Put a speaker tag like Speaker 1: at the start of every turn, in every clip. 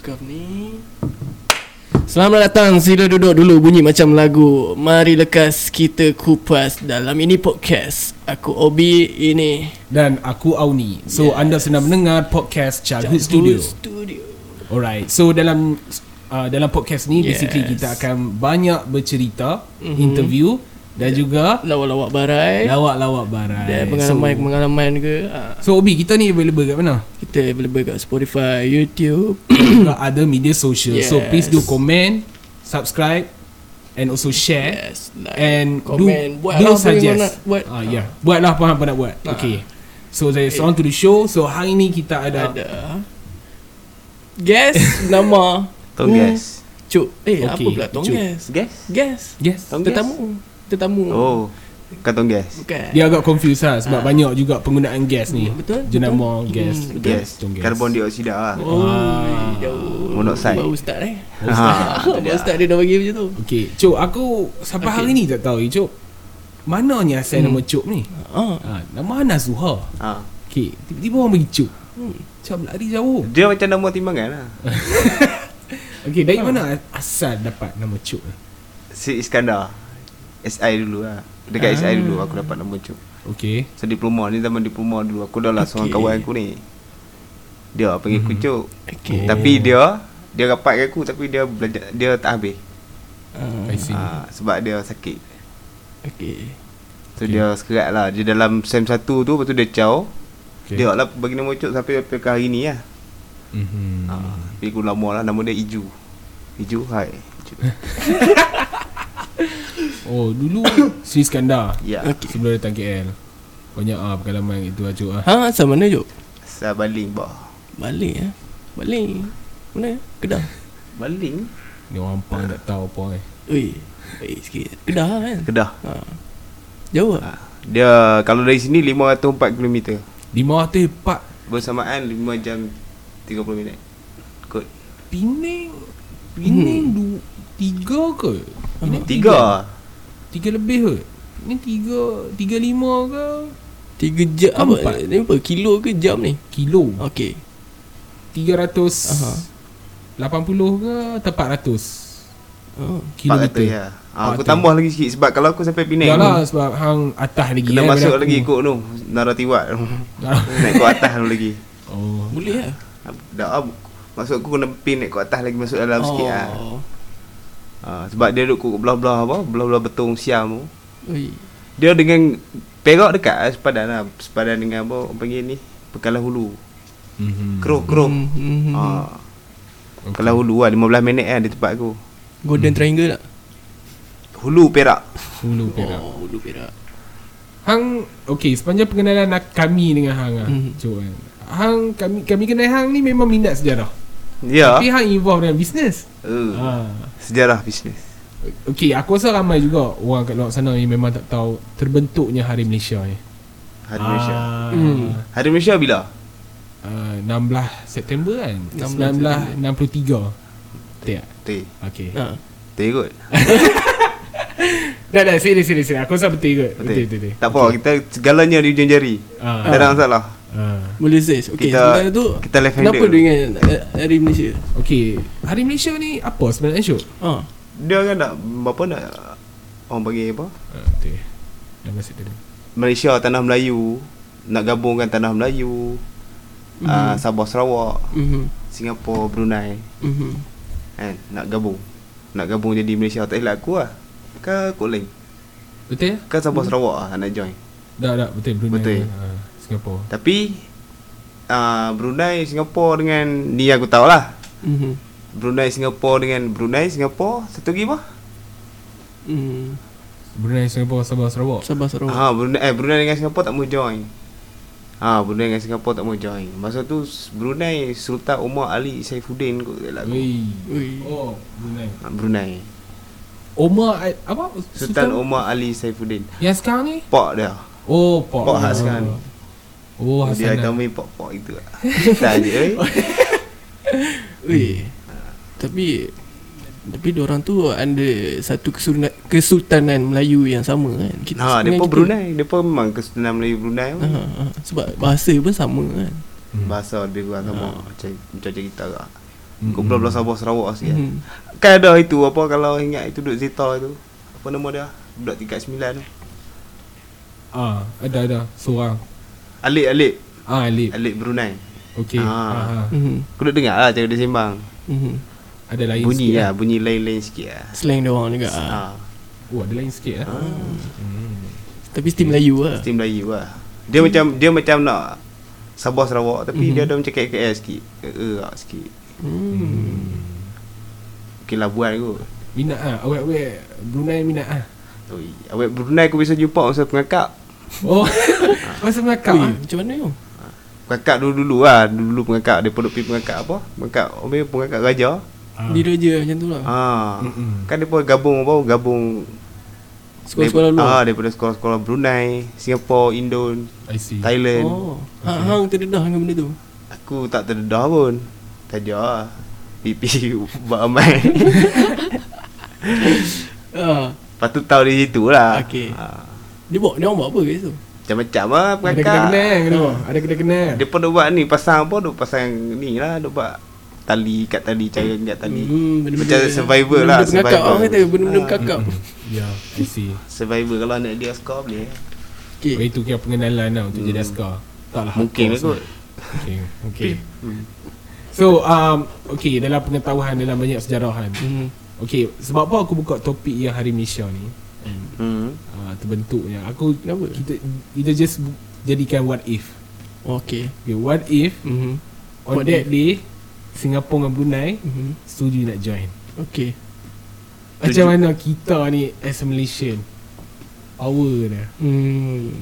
Speaker 1: cakap ni Selamat datang Sila duduk dulu bunyi macam lagu Mari lekas kita kupas Dalam ini podcast Aku Obi ini
Speaker 2: Dan aku Auni So yes. anda sedang mendengar podcast Childhood Studio
Speaker 1: Studio
Speaker 2: Alright So dalam uh, dalam podcast ni yes. Basically
Speaker 1: Yes. Mhm.
Speaker 2: kita akan banyak bercerita mm-hmm. Interview Dan juga
Speaker 1: Lawak-lawak barai
Speaker 2: Lawak-lawak barang
Speaker 1: Dan pengalaman-pengalaman ke ah,
Speaker 2: So, so Obi kita ni available kat mana?
Speaker 1: Kita available kat Spotify, YouTube
Speaker 2: Kat other media social yes. So
Speaker 1: Yes.
Speaker 2: please do comment Subscribe And also share
Speaker 1: Yes like,
Speaker 2: And
Speaker 1: Comment
Speaker 2: do,
Speaker 1: Buat
Speaker 2: do
Speaker 1: lah apa yang kau nak
Speaker 2: suggest
Speaker 1: buat
Speaker 2: Ah, yeah. Buatlah apa yang kau nak buat
Speaker 1: Ah.
Speaker 2: Okay So saya on to the show So hari ni kita ada,
Speaker 1: Ada Guess nama
Speaker 3: Kau guess
Speaker 1: Cuk Eh apa
Speaker 2: Okey,
Speaker 1: pula tong
Speaker 2: Cuk.
Speaker 1: guess
Speaker 3: Guess
Speaker 1: Guess
Speaker 2: Yes
Speaker 3: Tong guess?
Speaker 1: Tetamu Tetamu
Speaker 3: Oh Kau tahu guess
Speaker 1: Bukan
Speaker 2: Dia agak confused lah
Speaker 1: Ah.
Speaker 2: Sebab banyak juga penggunaan gas ni
Speaker 1: Betul,
Speaker 2: Jenama
Speaker 1: betul.
Speaker 2: gas
Speaker 1: Hmm, betul.
Speaker 3: Guess
Speaker 2: Tong gas.
Speaker 3: Karbon dioksida lah
Speaker 1: Oh
Speaker 2: Ah.
Speaker 1: Jauh
Speaker 3: Monoxide.
Speaker 1: Bau ustaz eh
Speaker 3: Ha, tu
Speaker 1: Bau
Speaker 3: dia.
Speaker 1: ustaz dia dah bagi macam tu
Speaker 2: Okay Cuk aku Sampai
Speaker 1: Okay.
Speaker 2: hari ni tak tahu eh, Cuk Mananya
Speaker 1: Mm.
Speaker 2: asal nama Cuk ni
Speaker 1: Ah.
Speaker 2: ha, Nama Ana Zuha
Speaker 3: Ha.
Speaker 2: Okay Tiba-tiba orang bagi Cuk Hmm, Cuk lari jauh
Speaker 3: Dia macam nama timbangan lah
Speaker 2: Okay
Speaker 1: Ah.
Speaker 2: dari mana asal dapat nama Cuk ni
Speaker 3: Si Iskandar SI dulu lah Dekat SI dulu aku dapat nama Cuk
Speaker 2: Okay
Speaker 3: So diploma ni zaman diploma dulu Aku dah lah seorang
Speaker 1: Okey.
Speaker 3: kawan aku ni Dia panggil aku Cuk
Speaker 1: Okay
Speaker 3: Tapi dia Dia rapat dengan aku Tapi dia belajar Dia tak habis
Speaker 1: Ah,
Speaker 2: I see
Speaker 3: ha, Sebab dia sakit
Speaker 1: Okay
Speaker 3: So dia sekerat lah Dia dalam SEM 1 tu Lepas tu dia caw
Speaker 2: okay.
Speaker 3: Dia lah bagi nama Cuk Sampai sampai ke hari ni lah
Speaker 2: Mhm.
Speaker 3: Ha, tapi aku lama lah nama dia Iju. Iju hai. Iju.
Speaker 2: Oh dulu Sri Iskandar
Speaker 3: Ya.
Speaker 1: Okay.
Speaker 2: Sebelum datang KL Banyak ah pengalaman itu lah Cuk ah.
Speaker 1: Ha asal mana Jok
Speaker 3: Sabaling bah.
Speaker 1: Balik eh Balik Mana Kedah
Speaker 3: Baling?
Speaker 2: Ni orang pang tak tahu apa eh
Speaker 1: Ui Baik sikit Kedah lah kan
Speaker 3: Kedah.
Speaker 1: ha. Jauh lah
Speaker 3: Ha. Dia kalau dari sini 504 km.
Speaker 2: Lima ratus empat
Speaker 3: Bersamaan 5 jam 30 minit. Kot.
Speaker 2: Penang Penang hmm. du, tiga ke? Penang
Speaker 3: Tiga.
Speaker 2: Tiga lebih ke? Ni tiga Tiga lima ke?
Speaker 1: Tiga jam
Speaker 2: Kau
Speaker 1: apa,
Speaker 2: empat.
Speaker 1: Ni apa Kilo ke jam ni
Speaker 2: Kilo
Speaker 1: Okay
Speaker 2: Tiga ratus
Speaker 1: Aha.
Speaker 2: Lapan puluh ke? Atau empat ratus?
Speaker 1: oh.
Speaker 2: Kilometer
Speaker 3: 400 ya. Ha, aku
Speaker 2: Kilometer.
Speaker 3: tambah lagi sikit sebab kalau aku sampai Penang.
Speaker 2: Yalah sebab hang atas lagi
Speaker 3: Kena
Speaker 2: eh,
Speaker 3: masuk
Speaker 2: pada aku.
Speaker 3: lagi ikut tu Naratiwat tu
Speaker 2: Ah.
Speaker 3: Naik ke atas tu lagi
Speaker 2: Oh
Speaker 1: Boleh lah
Speaker 3: Ha, Dah ah, Maksud aku kena pin naik ke atas lagi Masuk dalam sikit lah
Speaker 1: Oh.
Speaker 3: ha, Sebab dia duduk belah-belah apa Belah-belah betung siam tu
Speaker 1: Ui.
Speaker 3: Dia dengan Perak dekat lah, sepadan lah Sepadan dengan apa orang panggil ni Pekalan Hulu
Speaker 2: mm-hmm.
Speaker 3: Kro Kro
Speaker 1: Hmm, hmm, hmm.
Speaker 3: hmm. ha. Pekalan Hulu lah 15 minit lah di tempat aku
Speaker 1: Golden Triangle tak
Speaker 3: Hulu Perak
Speaker 2: Hulu Perak
Speaker 1: Oh Ulu Perak
Speaker 2: Hang Okay sepanjang pengenalan nak- kami dengan Hang lah
Speaker 1: Mhm.
Speaker 2: mm. kan Hang kami, kami kenal Hang ni memang minat sejarah
Speaker 3: Ya
Speaker 2: Tapi ha- Hang involved dengan bisnes
Speaker 3: uh,
Speaker 2: ha.
Speaker 3: Sejarah bisnes
Speaker 2: Okay aku rasa ramai juga orang kat luar sana yang memang tak tahu Terbentuknya Hari Malaysia ni
Speaker 3: Hari Malaysia
Speaker 2: Ah,
Speaker 1: Hmm.
Speaker 3: Hari Malaysia bila?
Speaker 2: ah, 16 September kan
Speaker 1: 16 September.
Speaker 2: 1963 Tak
Speaker 3: Teh
Speaker 2: Okay
Speaker 1: ha.
Speaker 3: Teh kot
Speaker 2: Dah dah serius serius serius. Aku rasa betul kot Betul betul betul
Speaker 3: Tak apa kita segalanya di ujung jari
Speaker 2: Ah.
Speaker 3: Tak ada masalah
Speaker 2: Ah.
Speaker 1: Boleh Zez Okay
Speaker 3: Kita-
Speaker 1: sebenarnya tu
Speaker 3: kita left
Speaker 1: Kenapa
Speaker 3: handed.
Speaker 1: dengan eh, Hari Malaysia
Speaker 2: Okay Hari Malaysia ni apa sebenarnya Syuk?
Speaker 1: ha.
Speaker 3: Dia kan nak Apa nak Orang panggil apa
Speaker 2: Ah, betul Dah masuk tadi
Speaker 3: Malaysia tanah Melayu Nak gabungkan tanah Melayu mm. uh, Sabah Sarawak
Speaker 1: mm-hmm.
Speaker 3: Singapura Brunei
Speaker 1: Mm-hmm.
Speaker 3: kan nak gabung nak gabung jadi Malaysia tak elak aku lah ke Kok Leng
Speaker 2: Betul ya?
Speaker 3: ke Sabah Sarawak lah nak join
Speaker 2: Dah dah betul Brunei
Speaker 3: Betul.
Speaker 2: Ha, Singapura
Speaker 3: tapi uh, Brunei Singapura dengan ni aku tahu lah
Speaker 1: Mm-hmm.
Speaker 3: Brunei Singapura dengan Brunei Singapura satu lagi apa?
Speaker 1: Mm.
Speaker 2: Brunei Singapura Sabah Sarawak
Speaker 1: Sabar Sarawak
Speaker 3: Ha Brunei eh Brunei dengan Singapura tak mau join. Ha Brunei dengan Singapura tak mau join. Masa tu Brunei Sultan Omar Ali Saifuddin kot elak aku.
Speaker 2: Wei
Speaker 1: Ui.
Speaker 2: Oh Brunei
Speaker 3: Ha, Brunei.
Speaker 2: Omar Al- apa
Speaker 3: Sultan Omar Ali Saifuddin.
Speaker 2: Yang sekarang ni
Speaker 3: Pak dia.
Speaker 2: Oh Pak
Speaker 3: Pak hak sekarang ni.
Speaker 2: Oh
Speaker 3: dia
Speaker 2: Hasanah
Speaker 3: kami pak-pak itu lah. Tak je. eh.
Speaker 1: Weh. Tapi tapi orang tu ada satu kesultanan, kesultanan Melayu yang sama kan. Kita
Speaker 3: Ha,
Speaker 1: sebenarnya
Speaker 3: depa
Speaker 1: kita-
Speaker 3: Brunei, depa memang kesultanan Melayu Brunei.
Speaker 1: Ha,
Speaker 3: pun.
Speaker 1: ha, sebab bahasa pun sama kan. Ah.
Speaker 3: Bahasa lebih kurang sama macam macam cerita kita lah.
Speaker 2: Mm-mm.
Speaker 1: Hmm.
Speaker 3: mm-hmm. Kau belah-belah Sabah Sarawak sikit
Speaker 1: Mhm.
Speaker 3: mm-hmm. Kan ada itu apa kalau ingat itu duduk Zeta tu Apa nama dia? Budak tingkat 9 tu
Speaker 2: Ah, ada ada seorang.
Speaker 3: Alik Alik
Speaker 2: Ah, Alip.
Speaker 3: Alik Brunei
Speaker 2: Okey. Ah.
Speaker 3: Ah.
Speaker 2: ah.
Speaker 1: Mhm.
Speaker 3: Kau duduk dengar lah cara dia sembang
Speaker 1: Mhm.
Speaker 2: Ada lain
Speaker 3: Bunyi
Speaker 2: sikit.
Speaker 3: lah Bunyi lain-lain sikit lah
Speaker 1: Slang dia orang juga.
Speaker 3: ha.
Speaker 1: Ah.
Speaker 2: eh. Oh, ada lain sikit ah. Hmm.
Speaker 1: Tapi still Melayu lah.
Speaker 3: Mesti Melayu lah Dia macam Dia macam nak Sabah Sarawak Tapi mm-hmm. dia ada macam KKL sikit Erak sikit
Speaker 1: Hmm.
Speaker 3: Okey lah, labuan kot
Speaker 2: Minat ah. Awet-awet Brunei minat ah.
Speaker 3: Oi, Oh, awet Brunei aku biasa jumpa masa pengakak.
Speaker 2: Oh. Masa melakau
Speaker 1: Ui,
Speaker 2: ah.
Speaker 1: macam mana tu?
Speaker 3: Pengakak dulu-dulu lah, dulu-dulu pengakak dia pergi pengakak apa? Pengakak, orang pengakak raja.
Speaker 1: Oh.
Speaker 2: Ah.
Speaker 1: Dia je macam tu lah.
Speaker 3: Ha.
Speaker 2: Mm-mm.
Speaker 3: Kan depa gabung apa? Gabung
Speaker 1: Sekolah-sekolah
Speaker 3: dari-
Speaker 1: luar.
Speaker 3: Ah, daripada sekolah-sekolah Brunei, Singapura, Indon,
Speaker 2: I see.
Speaker 3: Thailand.
Speaker 1: Oh. Hang hang terdedah dengan benda tu.
Speaker 3: Aku tak terdedah pun. Tajak lah. Pipi buat amai.
Speaker 1: Ah.
Speaker 3: Lepas tu tahu di situ lah.
Speaker 1: Okey.
Speaker 3: Ha.
Speaker 1: Dia buat dia orang buat apa kat situ?
Speaker 3: Macam-macam lah
Speaker 2: Ada
Speaker 3: pengakak.
Speaker 2: kena-kena kan tu. Ada kena-kena.
Speaker 3: Depa duk buat ni, pasang apa? Duk pasang ni lah, duk buat tali kat tali, cara kat tali.
Speaker 1: Hmm, benda-benda-
Speaker 3: Macam survivor lah,
Speaker 1: Benda-benda pengakak
Speaker 3: survivor.
Speaker 1: orang kata benda-benda
Speaker 3: Ah.
Speaker 1: pengakak.
Speaker 2: Ya, I see.
Speaker 3: Survivor kalau nak dia skor boleh
Speaker 1: Okey.
Speaker 2: Oh, itu kira pengenalan lah untuk jadi askar. Tak lah.
Speaker 3: Hmm. Mungkin lah
Speaker 2: hardcore
Speaker 3: kot.
Speaker 2: semua. Okay. Okay. So, um, okay, dalam pengetahuan, dalam banyak kan, sejarahan.
Speaker 1: Hmm.
Speaker 2: Okay, sebab apa aku buka topik yang Hari Malaysia ni?
Speaker 3: Hmm.
Speaker 2: Uh, terbentuknya. Aku,
Speaker 1: Kenapa?
Speaker 2: kita, kita just bu- jadikan what if.
Speaker 1: Okey.
Speaker 2: Okay, what if
Speaker 1: Mhm.
Speaker 2: on
Speaker 1: What
Speaker 2: that day, Singapura dengan Brunei
Speaker 1: Mhm.
Speaker 2: setuju nak join.
Speaker 1: Okey.
Speaker 2: Macam mana kita ni as a Malaysian? Power dia.
Speaker 1: Hmm.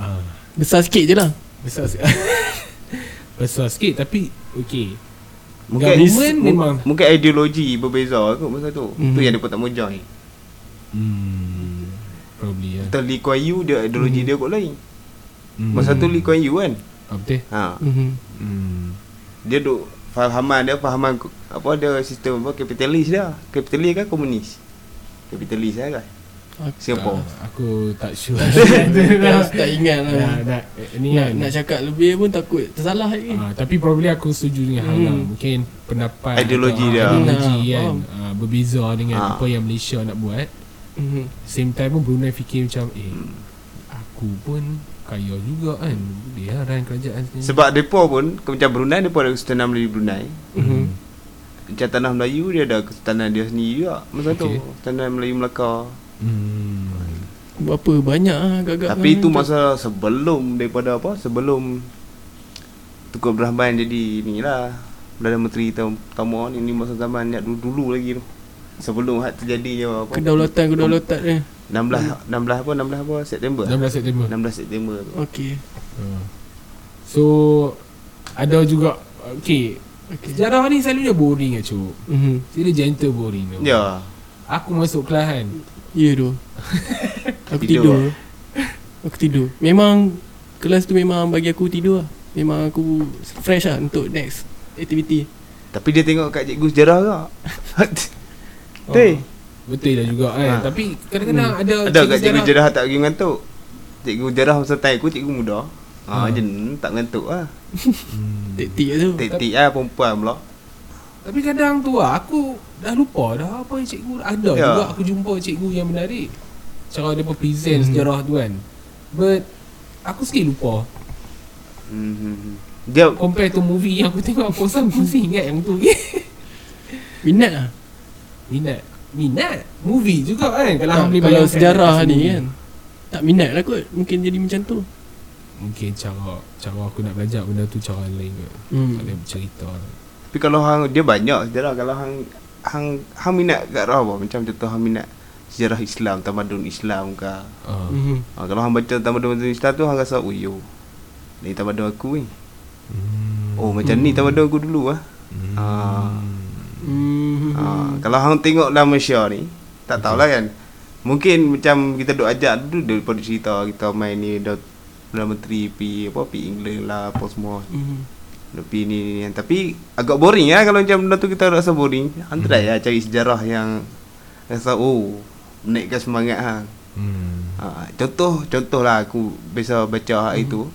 Speaker 2: Ah.
Speaker 1: Besar sikit je lah.
Speaker 2: Besar sikit Besar sikit tapi Okay
Speaker 3: Mungkin
Speaker 2: Government
Speaker 3: mung-
Speaker 2: memang
Speaker 3: Mungkin ideologi berbeza kot masa tu
Speaker 1: Hmm.
Speaker 3: Tu yang dia pun tak mau join
Speaker 2: hmm, Probably ya
Speaker 3: Betul Lee Kuan Yew dia ideologi dia kot lain
Speaker 2: hmm.
Speaker 3: Masa tu Lee Kuan Yew kan
Speaker 2: ah, Betul
Speaker 3: ha.
Speaker 1: Mhm.
Speaker 2: hmm.
Speaker 3: Dia duk Fahaman dia fahaman ko- Apa dia sistem apa Kapitalis dia Kapitalis kan komunis Kapitalis lah kan
Speaker 1: Aku
Speaker 3: Singapura
Speaker 2: tak, Ah, Aku tak sure
Speaker 1: tak, tak ingat lah.
Speaker 2: nah, nak, eh, Ni
Speaker 1: Nak,
Speaker 2: kan
Speaker 1: nak cakap lebih pun takut tersalah lagi.
Speaker 2: Ah, tapi probably aku setuju dengan hang lah
Speaker 1: Hmm.
Speaker 2: Mungkin pendapat
Speaker 3: Ideologi
Speaker 2: atau,
Speaker 3: dia.
Speaker 2: ah, Ideologi
Speaker 1: Nah,
Speaker 2: kan
Speaker 1: faham.
Speaker 2: ah, Berbeza dengan
Speaker 3: Ah.
Speaker 2: apa yang Malaysia nak buat
Speaker 1: Mhm.
Speaker 2: Same time pun Brunei fikir macam Eh Aku pun kaya juga kan Dia run kerajaan sini
Speaker 3: Sebab depa pun ke- Macam Brunei Depa ada kesultanan Melayu Brunei
Speaker 2: Hmm.
Speaker 1: Mhm.
Speaker 3: Macam tanah Melayu Dia ada kesultanan dia sendiri juga Masa tu
Speaker 2: Okey.
Speaker 3: Kesultanan Melayu Melaka
Speaker 2: hmm.
Speaker 1: Berapa banyak lah agak-agak.
Speaker 3: Tapi itu
Speaker 1: kan.
Speaker 3: masa sebelum daripada apa? Sebelum Tukar Berhaban jadi ni lah Perdana Menteri tahun pertama ni, ni masa zaman yang dulu-dulu lagi tu Sebelum hak terjadinya apa
Speaker 1: Kedaulatan, kedaulatan dia.
Speaker 3: 16, 16 apa? 16 apa? September?
Speaker 2: 16 September
Speaker 3: 16 September tu
Speaker 1: Okey.
Speaker 2: Hmm. So ada juga okay.
Speaker 1: Okey.
Speaker 2: Sejarah ni selalunya boring lah cuk.
Speaker 1: Mhm.
Speaker 2: Sila gentle boring tu.
Speaker 3: Ya
Speaker 2: Aku masuk kelas kan.
Speaker 1: Ya tu. aku
Speaker 3: Tidur
Speaker 1: tidur. Aku tidur. Memang kelas tu memang bagi aku tidur lah. Memang aku fresh lah untuk next activity.
Speaker 3: Tapi dia tengok kat cikgu sejarah tak? Teh
Speaker 2: Betul lah juga kan.
Speaker 3: Ha.
Speaker 2: Tapi kadang-kadang
Speaker 1: Hmm.
Speaker 2: ada
Speaker 3: Ada kat cikgu sejarah tak pergi mengantuk Cikgu sejarah masa time aku cikgu muda Ha,
Speaker 2: Ha.
Speaker 3: ha. Jen, tak mengantuk lah
Speaker 2: Hmm.
Speaker 1: Taktik lah tu.
Speaker 3: Tik-tik lah perempuan pula
Speaker 2: Tapi kadang tu lah aku dah lupa dah apa yang cikgu ada
Speaker 3: Ya.
Speaker 2: juga aku jumpa cikgu yang menarik. Cara dia
Speaker 3: Hmm.
Speaker 2: present sejarah tu kan. But aku sikit lupa.
Speaker 3: Mhm. Dia
Speaker 2: Compare to movie yang aku tengok aku kosong aku mesti ingat yang tu.
Speaker 1: Minat lah.
Speaker 2: Minat Minat Movie juga kan Kalau
Speaker 1: Tak,
Speaker 2: hang boleh
Speaker 1: Ah, kalau
Speaker 2: bayangkan
Speaker 1: sejarah
Speaker 2: atas
Speaker 1: ni
Speaker 2: movie.
Speaker 1: kan. Tak minat lah kot. Mungkin jadi macam tu.
Speaker 2: Mungkin cara Cara aku nak belajar benda tu Cara lain kot
Speaker 1: Hmm.
Speaker 2: Tak ada bercerita
Speaker 3: Tapi kalau hang dia banyak sejarah kalau hang hang hang minat kat roh apa macam contoh hang minat sejarah Islam, tamadun Islam ke. Ha,
Speaker 2: uh,
Speaker 1: Mhm.
Speaker 3: kalau hang baca tamadun tamadun Islam tu hang rasa oh yo. Ni tamadun aku ni.
Speaker 2: hmm.
Speaker 3: Oh macam ni tamadun aku dulu ah.
Speaker 2: hmm.
Speaker 3: Ha.
Speaker 1: Mhm.
Speaker 3: Ha, kalau hang tengok dalam Malaysia ni, tak tahulah kan. Mungkin macam kita duk ajak dulu daripada cerita kita main ni dah Perdana Menteri pi apa pi England lah apa semua.
Speaker 1: Mhm.
Speaker 3: Tapi ni, ni, ni Tapi agak boring lah Kalau macam benda tu kita rasa boring Hang try lah cari sejarah yang Rasa oh Menaikkan semangat ha.
Speaker 2: Hmm.
Speaker 3: ha contoh Contoh lah aku Biasa baca hak itu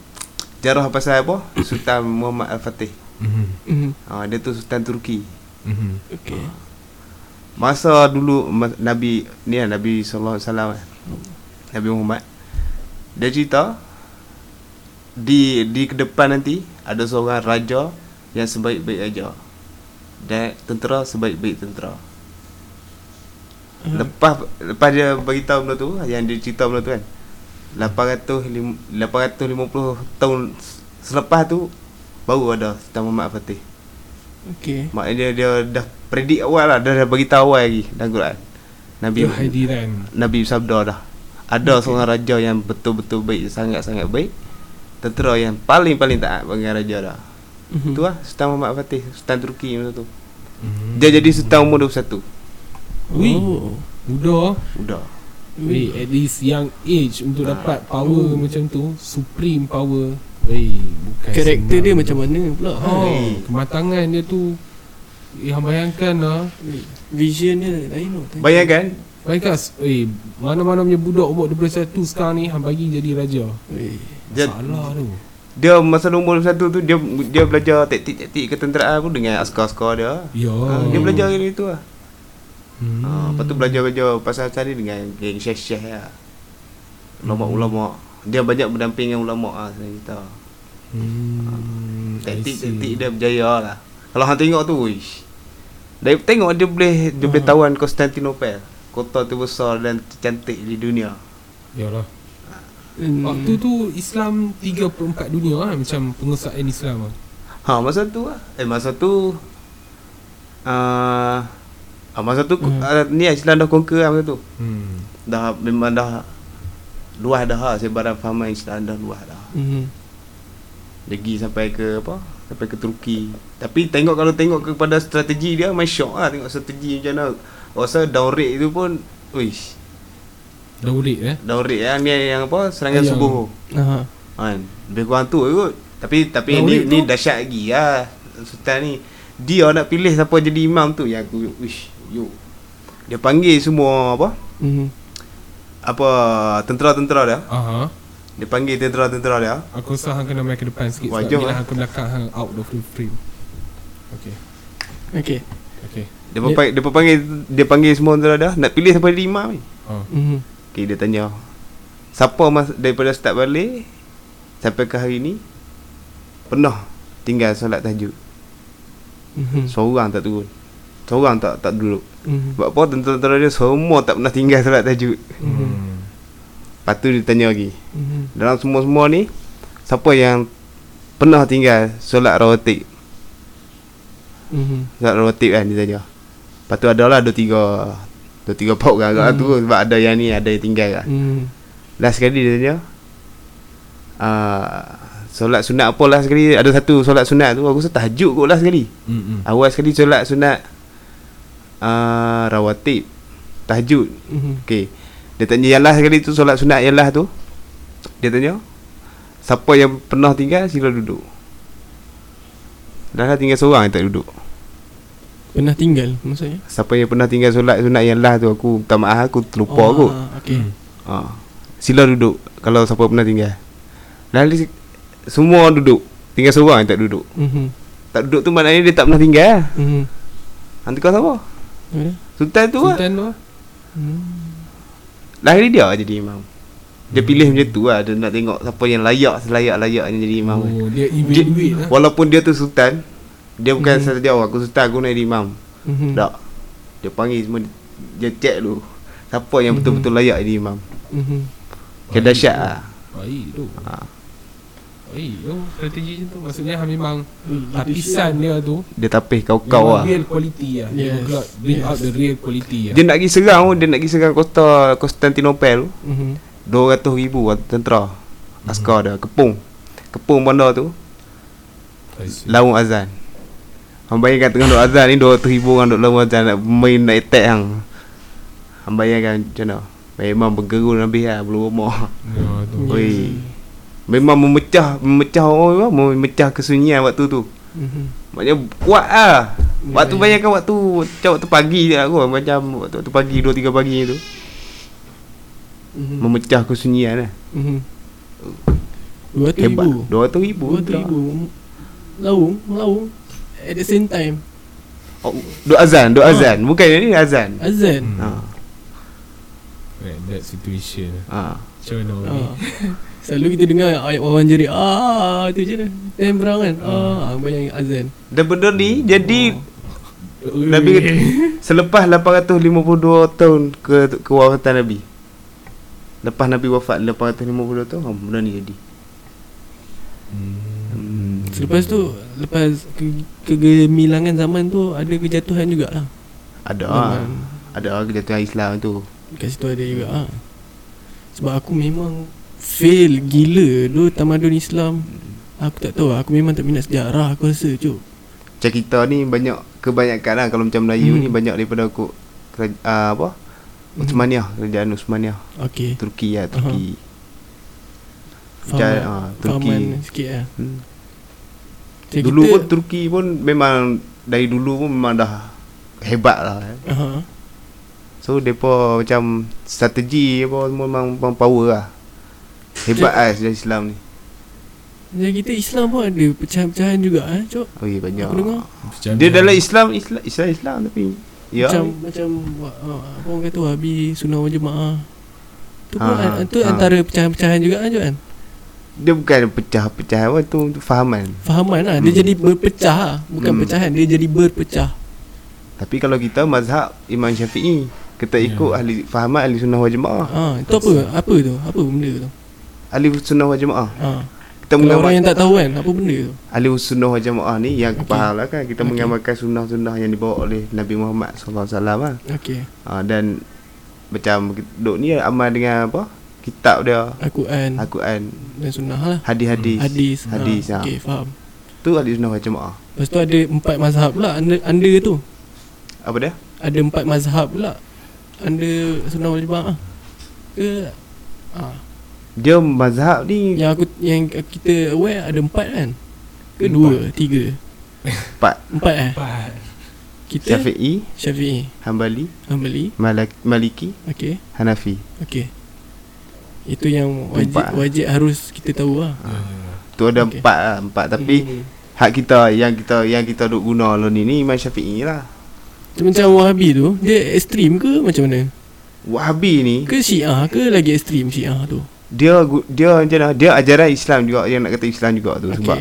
Speaker 3: Sejarah pasal apa Sultan Muhammad Al-Fatih
Speaker 2: Mhm.
Speaker 1: Mm.
Speaker 3: ha, Dia tu Sultan Turki
Speaker 2: Mhm.
Speaker 1: Okay.
Speaker 3: Masa dulu ma- Nabi Ni lah Nabi SAW kan Nabi Muhammad Dia cerita Di di ke depan nanti Ada seorang raja Yang sebaik-baik raja Dan tentera sebaik-baik tentera Lepas lepas dia beritahu benda tu Yang dia cerita benda tu kan 800, lim- 850 tahun selepas tu Baru ada Sultan Muhammad Fatih
Speaker 1: Okay.
Speaker 3: Maknanya dia dah predik awal lah Dah, dah beritahu awal lagi dalam Quran
Speaker 2: Itu
Speaker 3: Nabi
Speaker 2: hadiran.
Speaker 3: Nabi sabda dah Ada okay. seorang raja yang betul-betul baik Sangat-sangat baik Tentera yang paling-paling taat bagi raja dah
Speaker 1: Mhm.
Speaker 3: Tu lah Sultan Muhammad Fatih Sultan Turki masa tu
Speaker 2: Mhm.
Speaker 3: Dia jadi Sultan umur 21
Speaker 2: Ui.
Speaker 1: Oh.
Speaker 2: Muda
Speaker 3: Udah
Speaker 2: Weh, at least young age untuk
Speaker 3: Ah.
Speaker 2: dapat power macam tu, supreme power. Weh, bukan
Speaker 1: Karakter dia
Speaker 2: senang.
Speaker 1: macam mana pula?
Speaker 2: Oh,
Speaker 3: Weh.
Speaker 2: kematangan dia tu yang bayangkan lah.
Speaker 1: Vision dia lain tau. Tengok.
Speaker 3: Bayangkan
Speaker 2: Bayangkan, eh, mana-mana punya budak umur 21 sekarang ni hang bagi jadi raja.
Speaker 1: Weh.
Speaker 3: Dia-
Speaker 2: Masalah tu.
Speaker 3: Dia masa umur 21 tu Dia dia belajar taktik-taktik ketenteraan pun Dengan askar-askar dia
Speaker 2: Ya.
Speaker 3: ha, Dia belajar dari tu lah
Speaker 2: Hmm.
Speaker 3: ha, Lepas tu belajar-belajar pasal tadi dengan geng syekh-syekh lah Ulama-ulama Dia banyak berdamping dengan ulama lah Senang cerita
Speaker 2: Hmm.
Speaker 3: Taktik-taktik dia berjaya lah Kalau hang tengok tu Uish Dari tengok dia boleh Dia boleh tawan Konstantinopel Kota tu besar dan cantik di dunia
Speaker 2: Yalah.
Speaker 1: Hmm.
Speaker 2: Waktu tu Islam 3 per 4 dunia lah Macam pengesaan Islam lah
Speaker 3: Ha masa tu lah Eh masa tu uh, ah, Masa tu
Speaker 1: Hmm.
Speaker 3: hmm. uh, Ni Islam dah conquer lah masa tu
Speaker 2: hmm.
Speaker 3: Dah memang dah Luas dah lah Sebarang fahaman Islam dah luas dah
Speaker 1: Mhm.
Speaker 3: Dia pergi sampai ke apa Sampai ke Turki Tapi tengok kalau tengok kepada strategi dia Main syok lah tengok strategi macam mana Rasa down rate tu pun Uish
Speaker 2: Daulik eh
Speaker 3: Down rate yang ni yang apa Serangan
Speaker 2: Yang-
Speaker 3: subuh
Speaker 1: Aha.
Speaker 3: kan Lebih kurang tu kot Tapi tapi
Speaker 2: Down
Speaker 3: ni,
Speaker 2: rate
Speaker 3: ni
Speaker 2: tu?
Speaker 3: dahsyat lagi lah Sultan ni Dia nak pilih siapa jadi imam tu Yang aku Uish yo. Dia panggil semua apa
Speaker 1: Mhm.
Speaker 3: Apa Tentera-tentera dia
Speaker 2: Aha
Speaker 3: Dia panggil tentera-tentera dia
Speaker 2: Aku rasa hang kena main ke depan sikit
Speaker 3: Wah,
Speaker 2: Sebab
Speaker 3: jom,
Speaker 2: bila
Speaker 3: eh.
Speaker 2: hang ke belakang hang out of the frame Okay
Speaker 1: Okay.
Speaker 2: Okay
Speaker 3: Dia, pun panggil, dia pun panggil Dia panggil semua tentera dia Nak pilih siapa jadi imam ni
Speaker 2: ha.
Speaker 1: Mhm.
Speaker 3: Okay, dia tanya Siapa mas daripada start balik Sampai ke hari ni Pernah tinggal solat tahajud
Speaker 1: Mhm.
Speaker 3: Seorang tak turun Seorang tak tak duduk
Speaker 1: Mhm.
Speaker 3: Sebab apa tentera-tentera dia semua tak pernah tinggal solat tahajud
Speaker 1: Mhm.
Speaker 2: hmm.
Speaker 3: Lepas tu dia tanya lagi
Speaker 1: Mhm.
Speaker 3: Dalam semua-semua ni Siapa yang pernah tinggal solat rawatib
Speaker 1: Mhm.
Speaker 3: Solat rawatib kan dia tanya Lepas tu adalah dua tiga Dua tiga pok kan
Speaker 1: Hmm.
Speaker 3: hmm. tu Sebab ada yang ni ada yang tinggal kan
Speaker 1: Mhm.
Speaker 3: Last sekali dia tanya uh, Solat sunat apa last sekali Ada satu solat sunat tu Aku rasa tahajud kot last sekali
Speaker 2: Hmm, hmm.
Speaker 3: Awal sekali solat sunat uh, Rawatib Tahajud
Speaker 1: Mhm.
Speaker 3: Okay Dia tanya yang last sekali tu Solat sunat yang last tu Dia tanya Siapa yang pernah tinggal Sila duduk Dah lah tinggal seorang yang tak duduk
Speaker 1: Pernah tinggal maksudnya?
Speaker 3: Siapa yang pernah tinggal solat sunat yang last tu Aku minta maaf aku terlupa oh. kot
Speaker 1: ah, Okay.
Speaker 2: Hmm.
Speaker 3: Ha. Sila duduk kalau siapa pernah tinggal. Lalu si- semua duduk. Tinggal seorang yang tak duduk.
Speaker 1: Mhm.
Speaker 3: Tak duduk tu maknanya dia tak pernah tinggal.
Speaker 1: Mhm.
Speaker 3: Hantu kau siapa?
Speaker 1: Ada?
Speaker 3: Sultan tu lah.
Speaker 2: Sultan tu lah
Speaker 1: Mhm.
Speaker 3: Lahir dia lah jadi imam. Dia
Speaker 2: Hmm.
Speaker 3: pilih macam tu lah. Dia nak tengok siapa yang layak selayak-layaknya jadi imam.
Speaker 2: oh, Dia
Speaker 3: Dia,
Speaker 2: evaluate lah
Speaker 3: walaupun dia tu sultan, dia bukan
Speaker 2: Hmm.
Speaker 1: Mhm.
Speaker 3: mm-hmm. saja aku sultan aku nak jadi imam.
Speaker 1: Mhm.
Speaker 3: Tak. Dia panggil semua dia check dulu. Siapa yang
Speaker 1: Mhm.
Speaker 3: betul-betul
Speaker 2: Hmm.
Speaker 3: layak jadi imam.
Speaker 1: Mhm.
Speaker 3: Kena
Speaker 2: Baik
Speaker 3: dahsyat
Speaker 2: tu.
Speaker 3: lah.
Speaker 2: Baik tu
Speaker 3: Ha.
Speaker 2: Baik tu Strategi macam tu Maksudnya hang memang
Speaker 1: Weh,
Speaker 2: Lapisan dia tu
Speaker 3: Dia tapih kau-kau
Speaker 2: memang
Speaker 3: lah.
Speaker 2: Real quality lah Dia
Speaker 1: Yes.
Speaker 2: got- Bring
Speaker 1: Yes.
Speaker 2: out the real quality
Speaker 1: Ya.
Speaker 2: lah
Speaker 3: Dia nak pergi serang tu, dia nak pergi serang kota Konstantinopel tu,
Speaker 1: Mhm.
Speaker 3: 200 ribu tentera
Speaker 1: Hmm.
Speaker 3: askar dia kepung. Kepung bandar tu
Speaker 2: I see.
Speaker 3: laung azan. Hang bayangkan tengah duk azan ni 200 ribu orang duk laung azan nak main nak attack hang. Hang bayangkan macam mana? Memang bergerun habis lah belum rumah.
Speaker 2: Ya
Speaker 1: Ya.
Speaker 2: tu
Speaker 3: Oi. Memang memecah memecah orang memang memecah kesunyian waktu tu.
Speaker 1: Mhm.
Speaker 3: Maknanya kuat lah.
Speaker 1: Ya,
Speaker 3: Waktu
Speaker 1: ya.
Speaker 3: bayangkan waktu macam waktu pagi je aku macam waktu, waktu pagi 2 3 pagi tu
Speaker 1: Mhm.
Speaker 3: memecah kesunyian lah.
Speaker 1: Mhm. Dua tu
Speaker 3: Hebat
Speaker 1: ibu.
Speaker 3: 200 ribu
Speaker 1: Dua tu ibu. laung, laung at the same time.
Speaker 3: Oh, duk azan, duk
Speaker 1: Ha.
Speaker 3: azan. Bukan ini azan.
Speaker 1: Azan.
Speaker 2: Hmm.
Speaker 3: Ha.
Speaker 2: Right, that situation.
Speaker 3: Ha.
Speaker 2: Macam mana
Speaker 1: Hmm.
Speaker 2: orang ni?
Speaker 1: Ah. Selalu kita dengar ayat wawan jerit ah tu je dah. Dan berang kan. Ah banyak yang azan.
Speaker 3: Dan benda ni jadi
Speaker 1: Oh.
Speaker 2: Ui.
Speaker 3: Nabi kata, selepas 852 tahun ke kewafatan Nabi. Lepas Nabi wafat 852 tahun, ha, benda ni jadi.
Speaker 2: Hmm.
Speaker 3: Hmm.
Speaker 1: Selepas tu lepas ke- kegemilangan zaman tu ada kejatuhan jugalah.
Speaker 3: Ada. ah.
Speaker 1: Zaman.
Speaker 3: Ada kejatuhan Islam tu.
Speaker 1: Kat situ ada juga ah. Sebab aku memang fail gila dulu tamadun Islam. Aku tak tahu aku memang tak minat sejarah aku rasa cuk.
Speaker 3: Macam kita ni banyak kebanyakan lah kalau macam Melayu
Speaker 1: Hmm.
Speaker 3: hmm. ni banyak daripada aku keraj- uh, apa? Uthmaniyah, kerajaan Uthmaniyah.
Speaker 1: Okey.
Speaker 3: Turki
Speaker 1: Eh.
Speaker 3: lah,
Speaker 1: Aha.
Speaker 3: Turki.
Speaker 1: Faham.
Speaker 3: Macam,
Speaker 1: tak?
Speaker 3: ah, Turki.
Speaker 1: Fahaman sikit lah.
Speaker 3: Hmm.
Speaker 1: Macam
Speaker 3: Dulu
Speaker 1: kita-
Speaker 3: pun Turki pun memang dari dulu pun memang dah hebat lah. Eh.
Speaker 1: Aha.
Speaker 3: So depa macam strategi apa semua memang, memang power lah. Hebat lah sejarah Islam ni.
Speaker 1: Macam kita Islam pun ada pecahan-pecahan juga eh cuk.
Speaker 3: Oh, yeah, banyak.
Speaker 1: Aku dengar.
Speaker 2: Macam
Speaker 3: Dia
Speaker 2: mana?
Speaker 3: dalam Islam Islam Islam, Islam tapi ya.
Speaker 1: Macam macam wa- ah, apa orang kata wahabi sunnah wal jemaah. Tu pun ah,
Speaker 3: Ah,
Speaker 1: tu
Speaker 3: ah.
Speaker 1: antara pecahan-pecahan juga kan cuk kan.
Speaker 3: Dia bukan pecah-pecah apa tu, tu fahaman.
Speaker 1: Fahaman lah Dia
Speaker 3: Hmm.
Speaker 1: jadi berpecah lah. Bukan
Speaker 3: Hmm.
Speaker 1: pecahan Dia jadi berpecah
Speaker 3: Tapi kalau kita mazhab Imam Syafi'i, kita
Speaker 2: Ya.
Speaker 3: ikut ahli fahaman ahli sunnah wal jemaah.
Speaker 1: ha, Itu apa Apa tu Apa benda tu
Speaker 3: Ahli sunnah wal jemaah.
Speaker 1: ha.
Speaker 3: Kita
Speaker 1: Kalau orang
Speaker 3: mengamalkan
Speaker 1: yang tak tahu kan Apa benda tu
Speaker 3: ahli sunnah wal jemaah ni yang
Speaker 1: Okey.
Speaker 3: kepala kan kita
Speaker 1: Okey.
Speaker 3: mengamalkan sunnah-sunnah yang dibawa oleh Nabi Muhammad sallallahu alaihi wasallam lah.
Speaker 1: Okay
Speaker 3: Ha, dan macam duk ni amal dengan apa? Kitab dia,
Speaker 1: Al-Quran
Speaker 3: Al-Quran,
Speaker 1: Dan sunnah lah Hmm.
Speaker 3: hadis-hadis.
Speaker 1: Hadis
Speaker 3: Hadis,
Speaker 1: ha.
Speaker 3: ah.
Speaker 1: Okay faham
Speaker 3: Tu ahli sunnah wal jemaah.
Speaker 1: Lepas tu ada empat mazhab pula Under, under tu
Speaker 3: Apa dia?
Speaker 1: Ada empat mazhab pula Under sunnah wal jemaah Ke ha.
Speaker 3: Dia mazhab ni
Speaker 1: Yang aku Yang kita aware Ada empat kan Ke dua Tiga
Speaker 3: empat.
Speaker 1: Empat eh
Speaker 2: Empat.
Speaker 1: Kita
Speaker 3: Syafi'i,
Speaker 1: Syafi'i
Speaker 3: Hanbali,
Speaker 1: Hanbali
Speaker 3: Malak, Maliki,
Speaker 1: Okay
Speaker 3: Hanafi.
Speaker 1: Okey. Itu yang wajib
Speaker 3: Empat. eh? Ha.
Speaker 1: wajib harus kita tahu lah.
Speaker 3: Tu
Speaker 1: Okey.
Speaker 3: ada okay. empat lah, empat tapi
Speaker 1: Hmm.
Speaker 3: hak kita yang kita yang kita duk guna lah ni ni Imam Syafi'i lah.
Speaker 1: Macam- Macam Wahabi tu, dia ekstrim ke macam mana?
Speaker 3: Wahabi ni
Speaker 1: Ke Syiah ke lagi ekstrim Syiah tu?
Speaker 3: dia gu- dia macam mana? Dia ajaran Islam juga yang nak kata Islam juga tu okay. sebab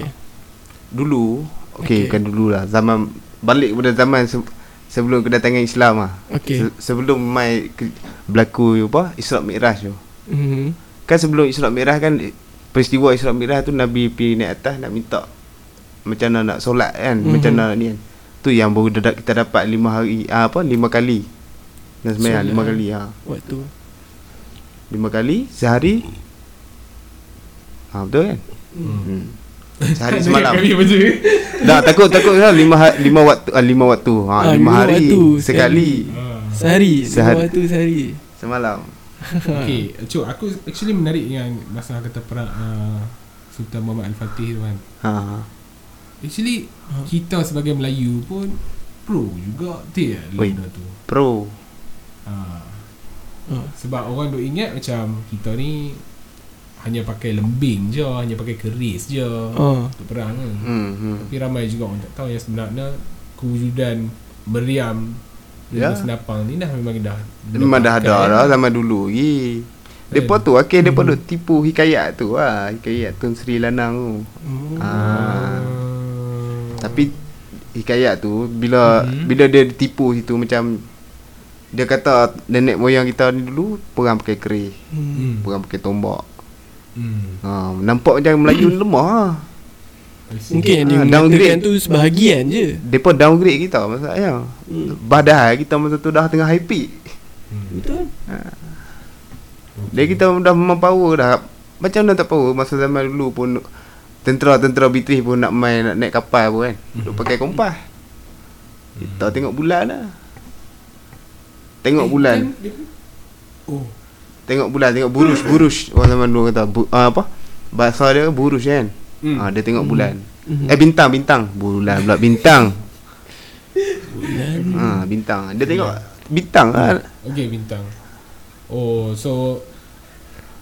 Speaker 3: dulu
Speaker 1: Okey.
Speaker 3: okey okay. bukan dululah zaman balik kepada zaman se- sebelum kedatangan Islam lah.
Speaker 1: Okey.
Speaker 3: Se- sebelum mai ke- berlaku apa Isra Mikraj tu.
Speaker 1: Mhm.
Speaker 3: Kan sebelum Isra Mikraj kan eh, peristiwa Isra Mikraj tu Nabi pergi naik atas nak minta macam mana nak solat kan, mm-hmm. macam
Speaker 1: Mhm.
Speaker 3: mana ni kan. Tu yang baru dah, kita dapat lima hari ah, apa lima kali. Dan semayang
Speaker 1: Solat.
Speaker 3: lima kali ha.
Speaker 1: Waktu.
Speaker 3: Lima kali sehari. Ha betul kan?
Speaker 1: Hmm. Kan
Speaker 3: Hmm. Sehari semalam.
Speaker 2: Kali betul.
Speaker 3: Dah takut takut lah lima ha- lima waktu ah, lima waktu. Ha
Speaker 1: Ah,
Speaker 3: lima,
Speaker 1: lima
Speaker 3: hari
Speaker 1: waktu
Speaker 3: sekali
Speaker 2: Ah.
Speaker 1: Sehari,
Speaker 3: Sehari.
Speaker 1: Sehari. waktu sehari.
Speaker 3: semalam.
Speaker 2: Okay, Cuk, aku actually menarik dengan masalah kata perang uh, Sultan Muhammad Al-Fatih tu kan.
Speaker 3: Ha.
Speaker 2: Actually,
Speaker 1: Ha.
Speaker 2: kita sebagai Melayu pun pro juga dia
Speaker 3: Oi.
Speaker 2: lima tu.
Speaker 3: Pro.
Speaker 2: Ha.
Speaker 1: Ha.
Speaker 2: Sebab orang duk ingat macam kita ni hanya pakai lembing je, hanya pakai keris je
Speaker 3: Oh.
Speaker 1: Ha.
Speaker 2: untuk perang kan.
Speaker 3: Hmm. hmm.
Speaker 2: Tapi ramai juga orang tak tahu yang sebenarnya kewujudan meriam dan
Speaker 3: Ya.
Speaker 2: yeah. senapang ni dah memang dah
Speaker 3: Memang dah ada lah.
Speaker 2: dilepaskan.
Speaker 3: dah zaman dulu lagi. Depa tu akhir depa
Speaker 1: Hmm.
Speaker 3: duk tipu hikayat tu ah, hikayat Tun Sri Lanang tu.
Speaker 1: Hmm.
Speaker 3: Ah. Tapi hikayat tu bila
Speaker 2: Mhm.
Speaker 3: bila dia ditipu situ macam dia kata nenek moyang kita ni dulu perang pakai keris,
Speaker 1: Hmm.
Speaker 2: Hmm.
Speaker 3: perang pakai tombak.
Speaker 2: Hmm.
Speaker 3: Ha, nampak macam Melayu ni lemah ah.
Speaker 2: I see.
Speaker 1: Mungkin yang dia
Speaker 3: Ah,
Speaker 1: mengatakan
Speaker 3: downgrade.
Speaker 1: tu sebahagian je.
Speaker 3: Depa downgrade kita masalahnya.
Speaker 1: Hmm.
Speaker 3: Badai kita masa tu dah tengah high peak.
Speaker 2: Hmm.
Speaker 1: Betul.
Speaker 3: Dia kita dah memang power dah. Macam mana tak power masa zaman dulu pun tentera-tentera British pun nak main nak naik kapal pun kan. Duk pakai kompas. Kita tengok bulan lah. Tengok bulan.
Speaker 2: Oh.
Speaker 3: Tengok bulan, tengok burush, burush. Orang zaman dulu kata bu, ah, apa? Bahasa dia burush kan.
Speaker 2: Hmm.
Speaker 3: Ah, dia tengok bulan.
Speaker 1: Mhm.
Speaker 3: Eh bintang, bintang. Bulan pula bintang.
Speaker 1: Bulan.
Speaker 3: Ah, bintang. Dia tengok bintang lah.
Speaker 2: Okay bintang Oh so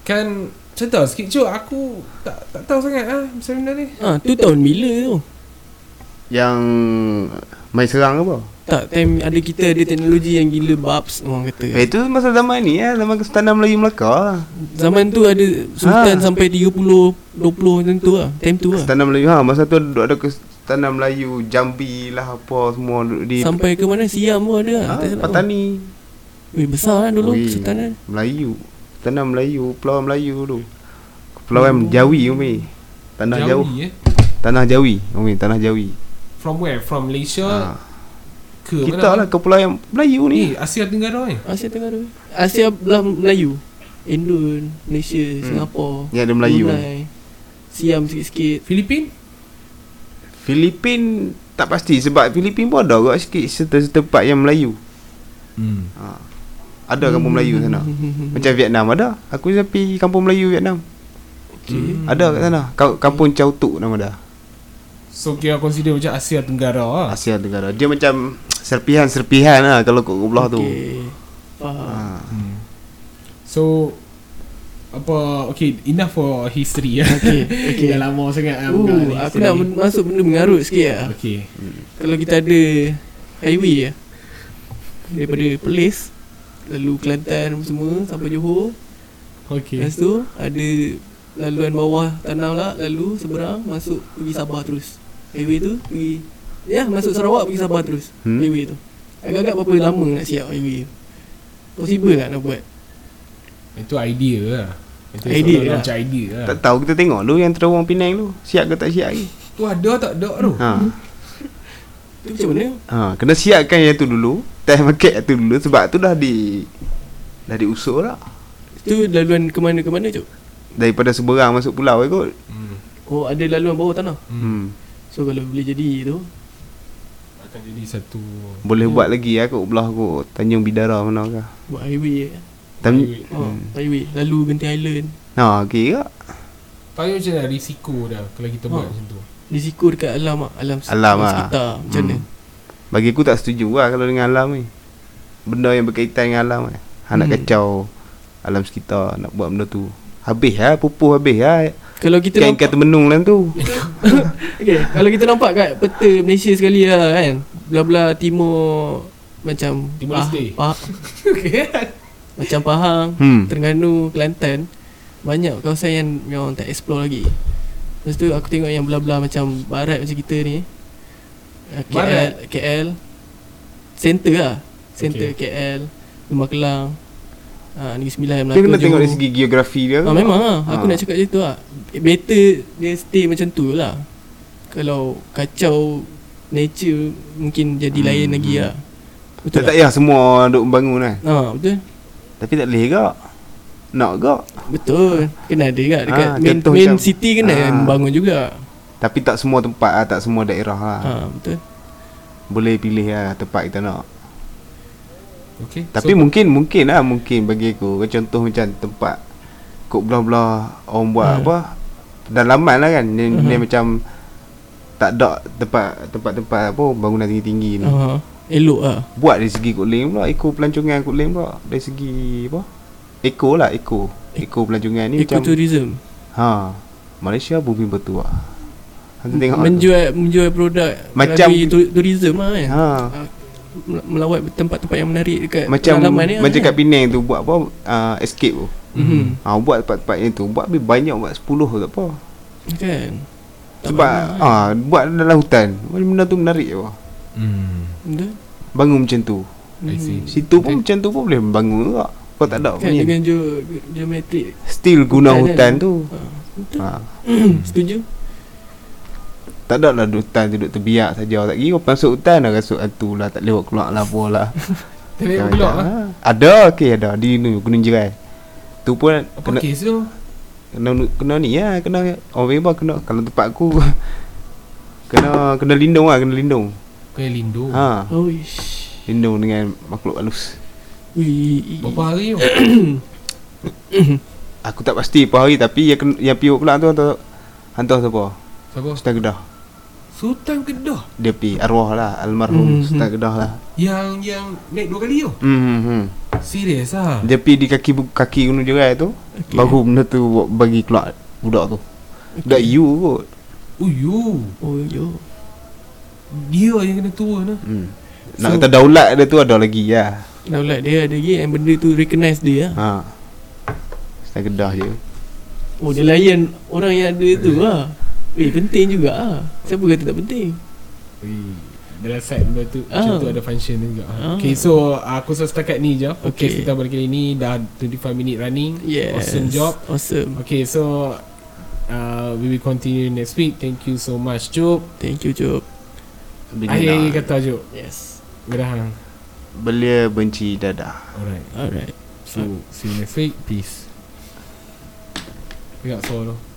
Speaker 2: Kan Cerita sikit Cuk aku Tak tak tahu sangat lah Pasal benda ah, ni
Speaker 1: Ah, tu tahun Ha, bila tu?
Speaker 3: yang main serang apa?
Speaker 1: Tak, time ada kita ada teknologi yang gila babs orang
Speaker 3: Eh,
Speaker 1: kata.
Speaker 3: itu masa zaman ni ya, zaman Kesultanan Melayu Melaka.
Speaker 1: Zaman tu ada sultan
Speaker 3: Ha.
Speaker 1: sampai 30 20 macam tu lah. Time tu lah.
Speaker 3: Kesultanan Melayu ha, masa tu ada ada Kesultanan Melayu Jambi lah apa semua duduk di
Speaker 1: Sampai ke mana Siam pun ada lah.
Speaker 3: ha,
Speaker 1: tak salah.
Speaker 3: Patani.
Speaker 1: Weh besar lah dulu
Speaker 3: Ui,
Speaker 1: sultanan.
Speaker 3: Melayu. Kesultanan Melayu, Pulau Melayu tu. Kepulauan Jawi umi. Tanah
Speaker 2: Jawi,
Speaker 3: jauh.
Speaker 2: eh.
Speaker 3: Tanah Jawi, umi, tanah Jawi.
Speaker 2: From where? From Malaysia
Speaker 3: Ha.
Speaker 2: ke
Speaker 3: Kita lah kepulauan Melayu
Speaker 2: Eh,
Speaker 3: ni.
Speaker 2: Asia Tenggara eh.
Speaker 1: Asia Tenggara. Asia belah Melayu. Indon, Malaysia, hmm. Singapura.
Speaker 3: Ni ada Melayu.
Speaker 1: Brunei, Siam sikit-sikit.
Speaker 2: Filipin?
Speaker 3: Filipin tak pasti sebab Filipin pun ada kot sikit serta-serta tempat yang Melayu.
Speaker 2: Hmm.
Speaker 3: Ha. Ada kampung Melayu sana. Macam Vietnam ada. Aku je pergi kampung Melayu Vietnam.
Speaker 1: Okay.
Speaker 2: Hmm.
Speaker 3: Ada kat sana. Ka- Kampung Chau Tuk nama dia.
Speaker 2: So kira consider macam Asia Tenggara lah.
Speaker 3: Asia Tenggara. Dia macam serpihan-serpihan lah kalau kat belah tu.
Speaker 1: Okay. Faham.
Speaker 3: Ha.
Speaker 2: Hmm. So apa okay enough for history ya.
Speaker 1: Okay, okay.
Speaker 2: Dah lama sangat ah, buka
Speaker 1: Uh,
Speaker 2: ni
Speaker 1: aku
Speaker 2: history.
Speaker 1: nak men- masuk benda mengarut sikit lah.
Speaker 2: Okay.
Speaker 1: Kalau kita ada highway lah. Daripada Perlis lalu Kelantan apa semua sampai Johor.
Speaker 2: Okay.
Speaker 1: Lepas tu ada laluan bawah tanah lah lalu seberang masuk pergi Sabah terus. Highway tu pergi ya masuk Sarawak pergi Sabah terus. Hmm?
Speaker 3: Hmm.
Speaker 1: Highway tu. Agak-agak berapa lama nak siap highway tu? Possible tak nak buat?
Speaker 2: Itu idea lah. Itu
Speaker 1: Idea
Speaker 2: seolah-olah
Speaker 1: lah.
Speaker 2: Macam idea lah.
Speaker 3: Tak tahu kita tengok dulu yang terowong Penang tu. Siap ke tak siap lagi.
Speaker 2: Tu ada tak ada tu?
Speaker 3: Ha.
Speaker 1: Tu macam mana?
Speaker 3: Ha, kena siapkan yang tu dulu. Time market yang tu dulu sebab tu dah di dah diusur lah. dah.
Speaker 1: Tu laluan ke mana ke mana cok?
Speaker 3: Daripada seberang masuk pulau eh kot.
Speaker 2: Hmm.
Speaker 1: Oh ada laluan bawah tanah.
Speaker 2: Hmm.
Speaker 3: Hmm.
Speaker 1: So kalau boleh jadi tu
Speaker 2: Akan jadi satu
Speaker 3: Boleh buat lagi ya kat belah kot Tanjung Bidara mana ke.
Speaker 1: buat highway eh.
Speaker 3: Tam
Speaker 2: Highway.
Speaker 1: Oh, highway lalu Genting Island.
Speaker 3: Ha, okey ke?
Speaker 2: Tahu macam dah risiko dah kalau kita
Speaker 1: Ha.
Speaker 2: buat macam tu.
Speaker 1: Risiko dekat alam ah, alam, se-
Speaker 3: Alam ah.
Speaker 1: sekitar macam mana?
Speaker 3: Hmm. Bagi aku tak setuju lah kalau dengan alam ni. Benda yang berkaitan dengan alam ni. Ha, nak
Speaker 1: Hmm.
Speaker 3: kacau alam sekitar, nak buat benda tu. Habis lah, pupuh habis lah.
Speaker 1: Kalau kita
Speaker 3: Ikan
Speaker 1: nampak-
Speaker 3: ikan termenung lah tu.
Speaker 1: Okay, kalau kita nampak kat peta Malaysia sekali lah kan Belah-belah timur Macam
Speaker 2: Timur Leste.
Speaker 1: Pah- Macam Pahang
Speaker 3: Hmm.
Speaker 1: Terengganu, Kelantan Banyak kawasan yang memang tak explore lagi Lepas tu aku tengok yang belah-belah macam Barat macam kita ni Ah,
Speaker 2: Barat?
Speaker 1: KL, KL Center lah Center okay. KL Rumah Kelang ha, Negeri Sembilan
Speaker 3: Kita kena tengok dari
Speaker 1: Johor.
Speaker 3: segi geografi dia.
Speaker 1: Ah, memang lah. Aku
Speaker 3: Ah.
Speaker 1: nak cakap macam tu lah. Better dia stay macam tu lah. Kalau kacau nature mungkin jadi
Speaker 3: Hmm,
Speaker 1: lain lagi
Speaker 3: hmm.
Speaker 1: lah. Betul
Speaker 3: Tak, tak ya.
Speaker 1: tak?
Speaker 3: payah semua duk membangun kan.
Speaker 1: Ha, betul?
Speaker 3: Tapi tak boleh ke? Nak ke?
Speaker 1: Betul. Kena ada kat dekat
Speaker 3: Ah,
Speaker 1: main,
Speaker 3: contoh
Speaker 1: main
Speaker 3: macam-
Speaker 1: city kena
Speaker 3: Ah.
Speaker 1: bangun juga.
Speaker 3: Tapi tak semua tempat lah, tak semua daerah lah.
Speaker 1: Ha, betul.
Speaker 3: Boleh pilih lah tempat kita nak.
Speaker 2: Okay.
Speaker 3: Tapi so, mungkin mungkin lah mungkin bagi aku contoh macam tempat kok belah-belah orang buat
Speaker 1: Ha.
Speaker 3: hmm. apa dalaman lah kan dia,
Speaker 1: Aha.
Speaker 3: dia macam tak ada tempat tempat-tempat apa bangunan tinggi-tinggi ni.
Speaker 1: Ha, elok lah.
Speaker 3: Buat dari segi Kok Lim pula Eko pelancongan Kok Lim pula Dari segi apa Eko lah Eko Eko pelancongan ni macam
Speaker 1: Ecotourism.
Speaker 3: ha, Malaysia bumi bertuah Nanti tengok aku.
Speaker 1: Menjual menjual produk
Speaker 3: lah. Macam-
Speaker 1: melalui tu- tourism lah kan.
Speaker 3: ha,
Speaker 1: Ah, mel- Melawat tempat-tempat yang menarik dekat
Speaker 3: Macam
Speaker 1: pedalaman ni lah
Speaker 3: Macam
Speaker 1: kan.
Speaker 3: kat Penang tu Buat apa uh, Escape tu
Speaker 1: Mhm.
Speaker 3: ha, Buat tempat-tempat yang tu Buat lebih banyak Buat 10 ke tak apa
Speaker 1: Kan. Tak
Speaker 3: Sebab
Speaker 1: banyak kan.
Speaker 3: ah buat dalam hutan. Benda tu menarik apa.
Speaker 2: Hmm.
Speaker 1: Betul?
Speaker 3: Bangun macam tu.
Speaker 2: I see.
Speaker 3: Hmm. Situ pun
Speaker 2: Okay.
Speaker 3: macam tu pun boleh bangun juga. Kau tak ada
Speaker 1: Kan
Speaker 3: punya.
Speaker 1: dengan geo- geometrik
Speaker 3: Still guna
Speaker 1: Hutan
Speaker 3: hutan,
Speaker 1: kan?
Speaker 3: tu.
Speaker 1: ha,
Speaker 2: Ah.
Speaker 3: Ha.
Speaker 1: Setuju?
Speaker 3: Tak ada lah hutan duduk terbiak saja. Tak kira kau masuk hutan dah rasuk hantu lah. Tak boleh buat keluar lah apa lah.
Speaker 2: Tapi
Speaker 3: Macam-
Speaker 2: blok lah.
Speaker 3: ha. Ada okey ada. Di ni, Gunung Jerai. Tu pun
Speaker 2: Apa
Speaker 3: kena,
Speaker 2: kes tu?
Speaker 3: kena, kena ni lah. Kena orang memang kena. Kalau tempat aku kena kena lindung lah. Kena lindung.
Speaker 2: Kena lindu.
Speaker 3: Ha.
Speaker 1: Oh ish
Speaker 3: Lindung dengan makhluk halus.
Speaker 1: Ui,
Speaker 2: Berapa hari tu?
Speaker 3: Aku tak pasti apa hari tapi yang ken- yang piwok pula tu hantar hantar siapa?
Speaker 2: Siapa?
Speaker 3: Sultan Kedah.
Speaker 2: Sultan Kedah.
Speaker 3: Dia pi arwah lah almarhum
Speaker 1: Mhm.
Speaker 3: mm-hmm. Sultan Kedah lah.
Speaker 2: Yang yang naik dua kali tu.
Speaker 3: Mm-hmm.
Speaker 2: Serius ah.
Speaker 3: Dia pi di kaki bu- kaki gunung jerai tu okay. baru benda tu buat- bagi keluar budak tu. Budak you kot.
Speaker 2: Uyu.
Speaker 1: Oh yo
Speaker 2: Dia yang kena turun lah
Speaker 3: Hmm. Nak kata daulat dia tu ada lagi ya.
Speaker 1: Daulat dia ada lagi yang benda tu recognize dia lah.
Speaker 3: Ha. Saya kedah je.
Speaker 1: Oh dia layan orang yang ada tu lah Eh penting juga lah Siapa kata tak penting
Speaker 2: Ui, Dalam side benda tu oh. Macam
Speaker 1: Oh.
Speaker 2: tu ada function dia juga
Speaker 1: Oh.
Speaker 2: oh. Okay so Aku rasa setakat ni
Speaker 1: Okay.
Speaker 2: je Okay, okay kita pada kali ni Dah 25 minit running
Speaker 1: Yes
Speaker 2: Awesome job
Speaker 1: Awesome
Speaker 2: Okay so uh, We will continue next week Thank you so much Job
Speaker 1: Thank you Job
Speaker 2: Akhir-akhir kata Job
Speaker 1: Yes
Speaker 2: Gerahang
Speaker 3: Belia benci dadah.
Speaker 2: Alright
Speaker 1: Alright
Speaker 2: So see you next week Peace Pegang suara tu